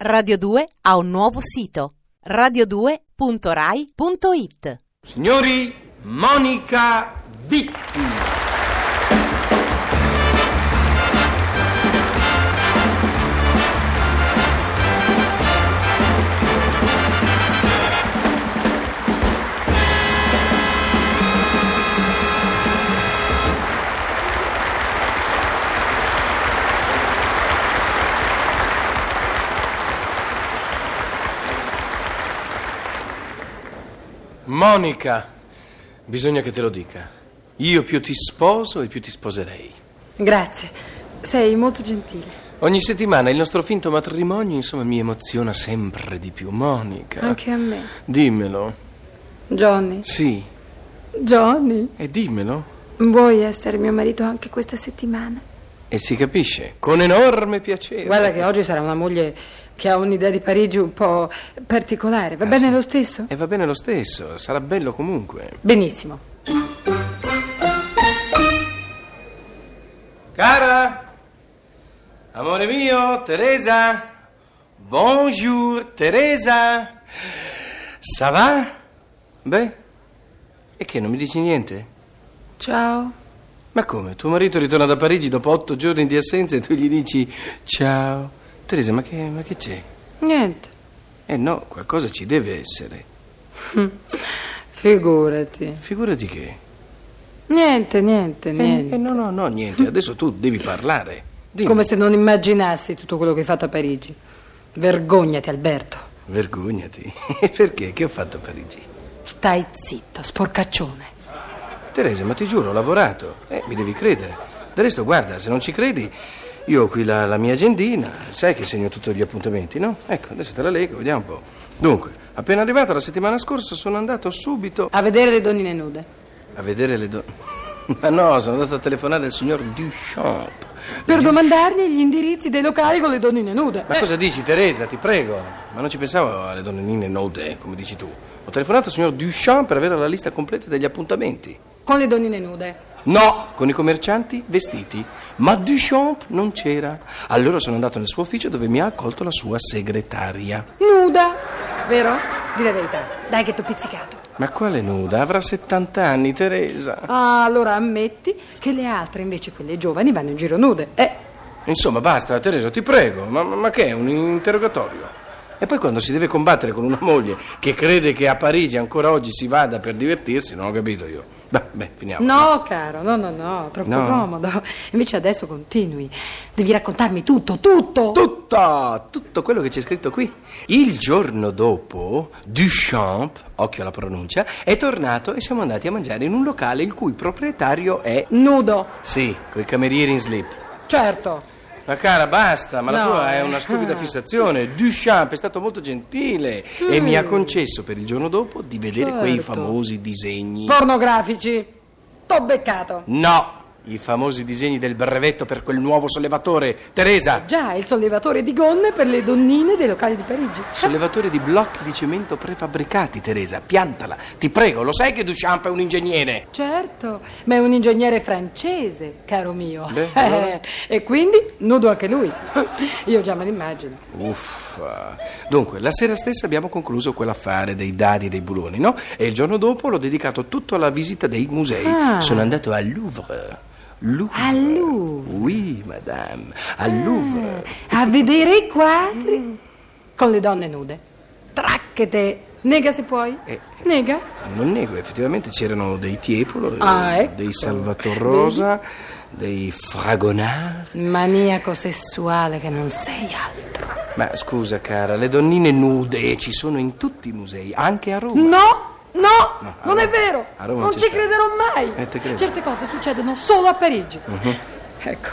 Radio 2 ha un nuovo sito radio2.rai.it. Signori, Monica Vitti. Monica, bisogna che te lo dica. Io più ti sposo e più ti sposerei. Grazie, sei molto gentile. Ogni settimana il nostro finto matrimonio, insomma, mi emoziona sempre di più. Monica. Anche a me. Dimmelo. Johnny, Sì, Johnny, e dimmelo. vuoi essere mio marito anche questa settimana? E si capisce, con enorme piacere. Guarda che oggi sarà una moglie che ha un'idea di Parigi un po' particolare, va Ah, bene sì. lo stesso? E va bene lo stesso, sarà bello comunque. Benissimo. Cara, amore mio, Teresa. Bonjour, Teresa. Ça va? Beh, e che non mi dici niente? Ciao. Ma come? Tuo marito ritorna da Parigi dopo otto giorni di assenza e tu gli dici ciao. Teresa, ma che, ma che c'è? Niente, Eh no, qualcosa ci deve essere. figurati. Figurati che. Niente, niente, Eh, niente. eh, no, no, no, niente. Adesso tu devi parlare. Dimmi. Come se non immaginassi tutto quello che hai fatto a Parigi. Vergognati, Alberto. Vergognati. Perché? Che ho fatto a Parigi? Stai zitto, sporcaccione. Teresa, ma ti giuro, ho lavorato. Eh, mi devi credere. Del resto, guarda, se non ci credi, io ho qui la, la mia agendina. Sai che segno tutti gli appuntamenti, no? Ecco, adesso te la leggo, vediamo un po'. Dunque, appena arrivato la settimana scorsa sono andato subito A vedere le donnine nude. a vedere le donne. Ma no, sono andato a telefonare al signor Duchamp. Per domandargli gli indirizzi dei locali con le donnine nude. Ma cosa dici, Teresa? Ti prego. Ma non ci pensavo alle donnine nude, come dici tu. Ho telefonato al signor Duchamp per avere la lista completa degli appuntamenti. Con le donnine nude. No, con i commercianti vestiti. Ma Duchamp non c'era. Allora sono andato nel suo ufficio dove mi ha accolto la sua segretaria. Nuda, vero? Di la verità. Dai che t'ho pizzicato. Ma quale nuda? Avrà 70 anni, Teresa. Ah, allora ammetti che le altre, invece quelle giovani, vanno in giro nude. Eh, Insomma, basta, Teresa, ti prego. Ma, ma- ma che è? Un interrogatorio? E poi quando si deve combattere con una moglie che crede che a Parigi ancora oggi si vada per divertirsi, non ho capito io. Beh, beh finiamo. no, caro, no, no, no, troppo No. comodo. Invece adesso continui. Devi raccontarmi tutto, tutto. Tutto, tutto quello che c'è scritto qui. Il giorno dopo, Duchamp, occhio alla pronuncia, è tornato e siamo andati a mangiare in un locale il cui proprietario è... Nudo, Sì, coi camerieri in slip. certo. Ma cara, basta, ma la No, tua è eh. una stupida fissazione. Duchamp è stato molto gentile e mi ha concesso per il giorno dopo di vedere quei Certo. famosi disegni. Pornografici. T'ho beccato. No, i famosi disegni del brevetto per quel nuovo sollevatore. Teresa, Già, il sollevatore di gonne per le donnine dei locali di Parigi. Sollevatore di blocchi di cemento prefabbricati, Teresa, piantala. Ti prego, lo sai che Duchamp è un ingegnere? Certo, ma è un ingegnere francese, caro mio. Beh, allora? Eh, e quindi nudo anche lui. Io già me l'immagino. Uffa. Dunque, la sera stessa abbiamo concluso quell'affare dei dadi e dei buloni, no? E il giorno dopo l'ho dedicato tutto alla visita dei musei. Ah. Sono andato al Louvre. Louvre. Al Louvre. Ah. Oui, madame. Al Louvre. A vedere i quadri con le donne nude. Tracchete. Nega se puoi. Eh. Nega. Non nego, effettivamente c'erano dei Tiepolo, Ah, eh, ecco. dei Salvator Rosa, dei Fragonard. Maniaco sessuale che non sei altro. Ma scusa, cara, le donnine nude ci sono in tutti i musei, anche a Roma. No, no, No, a non è Roma- vero. a Roma non ci ci sta. crederò mai. Eh, te credo. Uh-huh. Certe cose succedono solo a Parigi. Ecco,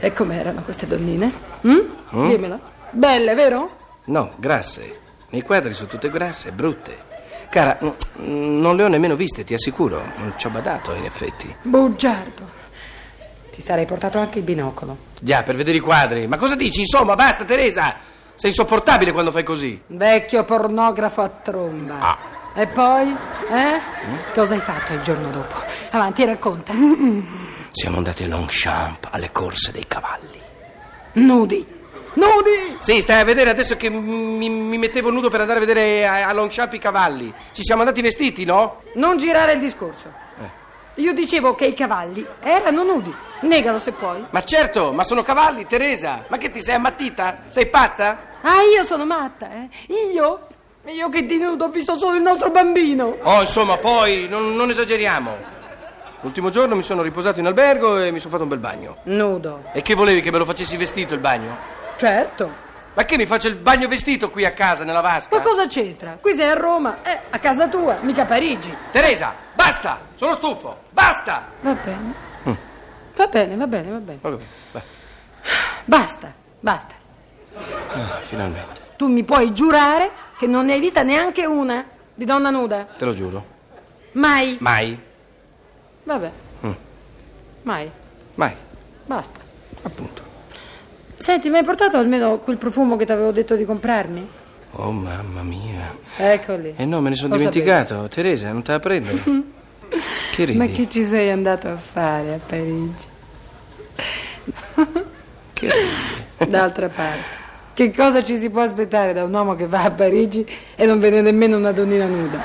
e com'erano queste donnine? Mm? Uh-huh. Dimmelo. Belle, vero? No, grasse. Nei quadri sono tutte grasse, brutte. Cara, mm, non le ho nemmeno viste, ti assicuro. Non ci ho badato, in effetti. Bugiardo. Ti sarei portato anche il binocolo. Già, per vedere i quadri. Ma cosa dici? Insomma, basta, Teresa! Sei insopportabile quando fai così. Vecchio pornografo a tromba. Ah. E poi? Eh? Cosa hai fatto il giorno dopo? Avanti, racconta. Siamo andati a Longchamp, alle corse dei cavalli. Nudi. Nudi! Sì, stai a vedere adesso che mi, mi mettevo nudo per andare a vedere a, a Longchamp i cavalli. Ci siamo andati vestiti, no? Non girare il discorso. Io dicevo che i cavalli erano nudi. Negalo se puoi. Ma certo, ma sono cavalli, Teresa. Ma che ti sei ammattita? Sei pazza? Ah, io sono matta, eh? Io? Io che di nudo ho visto solo il nostro bambino. Oh, insomma, poi non, non esageriamo. L'ultimo giorno mi sono riposato in albergo e mi sono fatto un bel bagno. Nudo. E che volevi che me lo facessi vestito il bagno? Certo. Ma che mi faccio il bagno vestito qui a casa, nella vasca? Ma cosa c'entra? Qui sei a Roma, eh, a casa tua, mica a Parigi. Teresa, basta! Sono stufo! Basta! Va bene. Va bene, va bene, va bene. Ho capito. Vai. Basta, basta. Ah, finalmente. Tu mi puoi giurare che non ne hai vista neanche una di donna nuda? Te lo giuro. Mai. Mai. Vabbè. Mm. Mai. Mai. Basta. Appunto. Senti, mi hai portato almeno quel profumo che ti avevo detto di comprarmi? Oh, mamma mia. Eccoli. Eh no, me ne sono Lo dimenticato. Teresa, non te la prendere. che ridi? Ma che ci sei andato a fare a Parigi? Che ridi? D'altra parte, che cosa ci si può aspettare da un uomo che va a Parigi e non vede nemmeno una donnina nuda?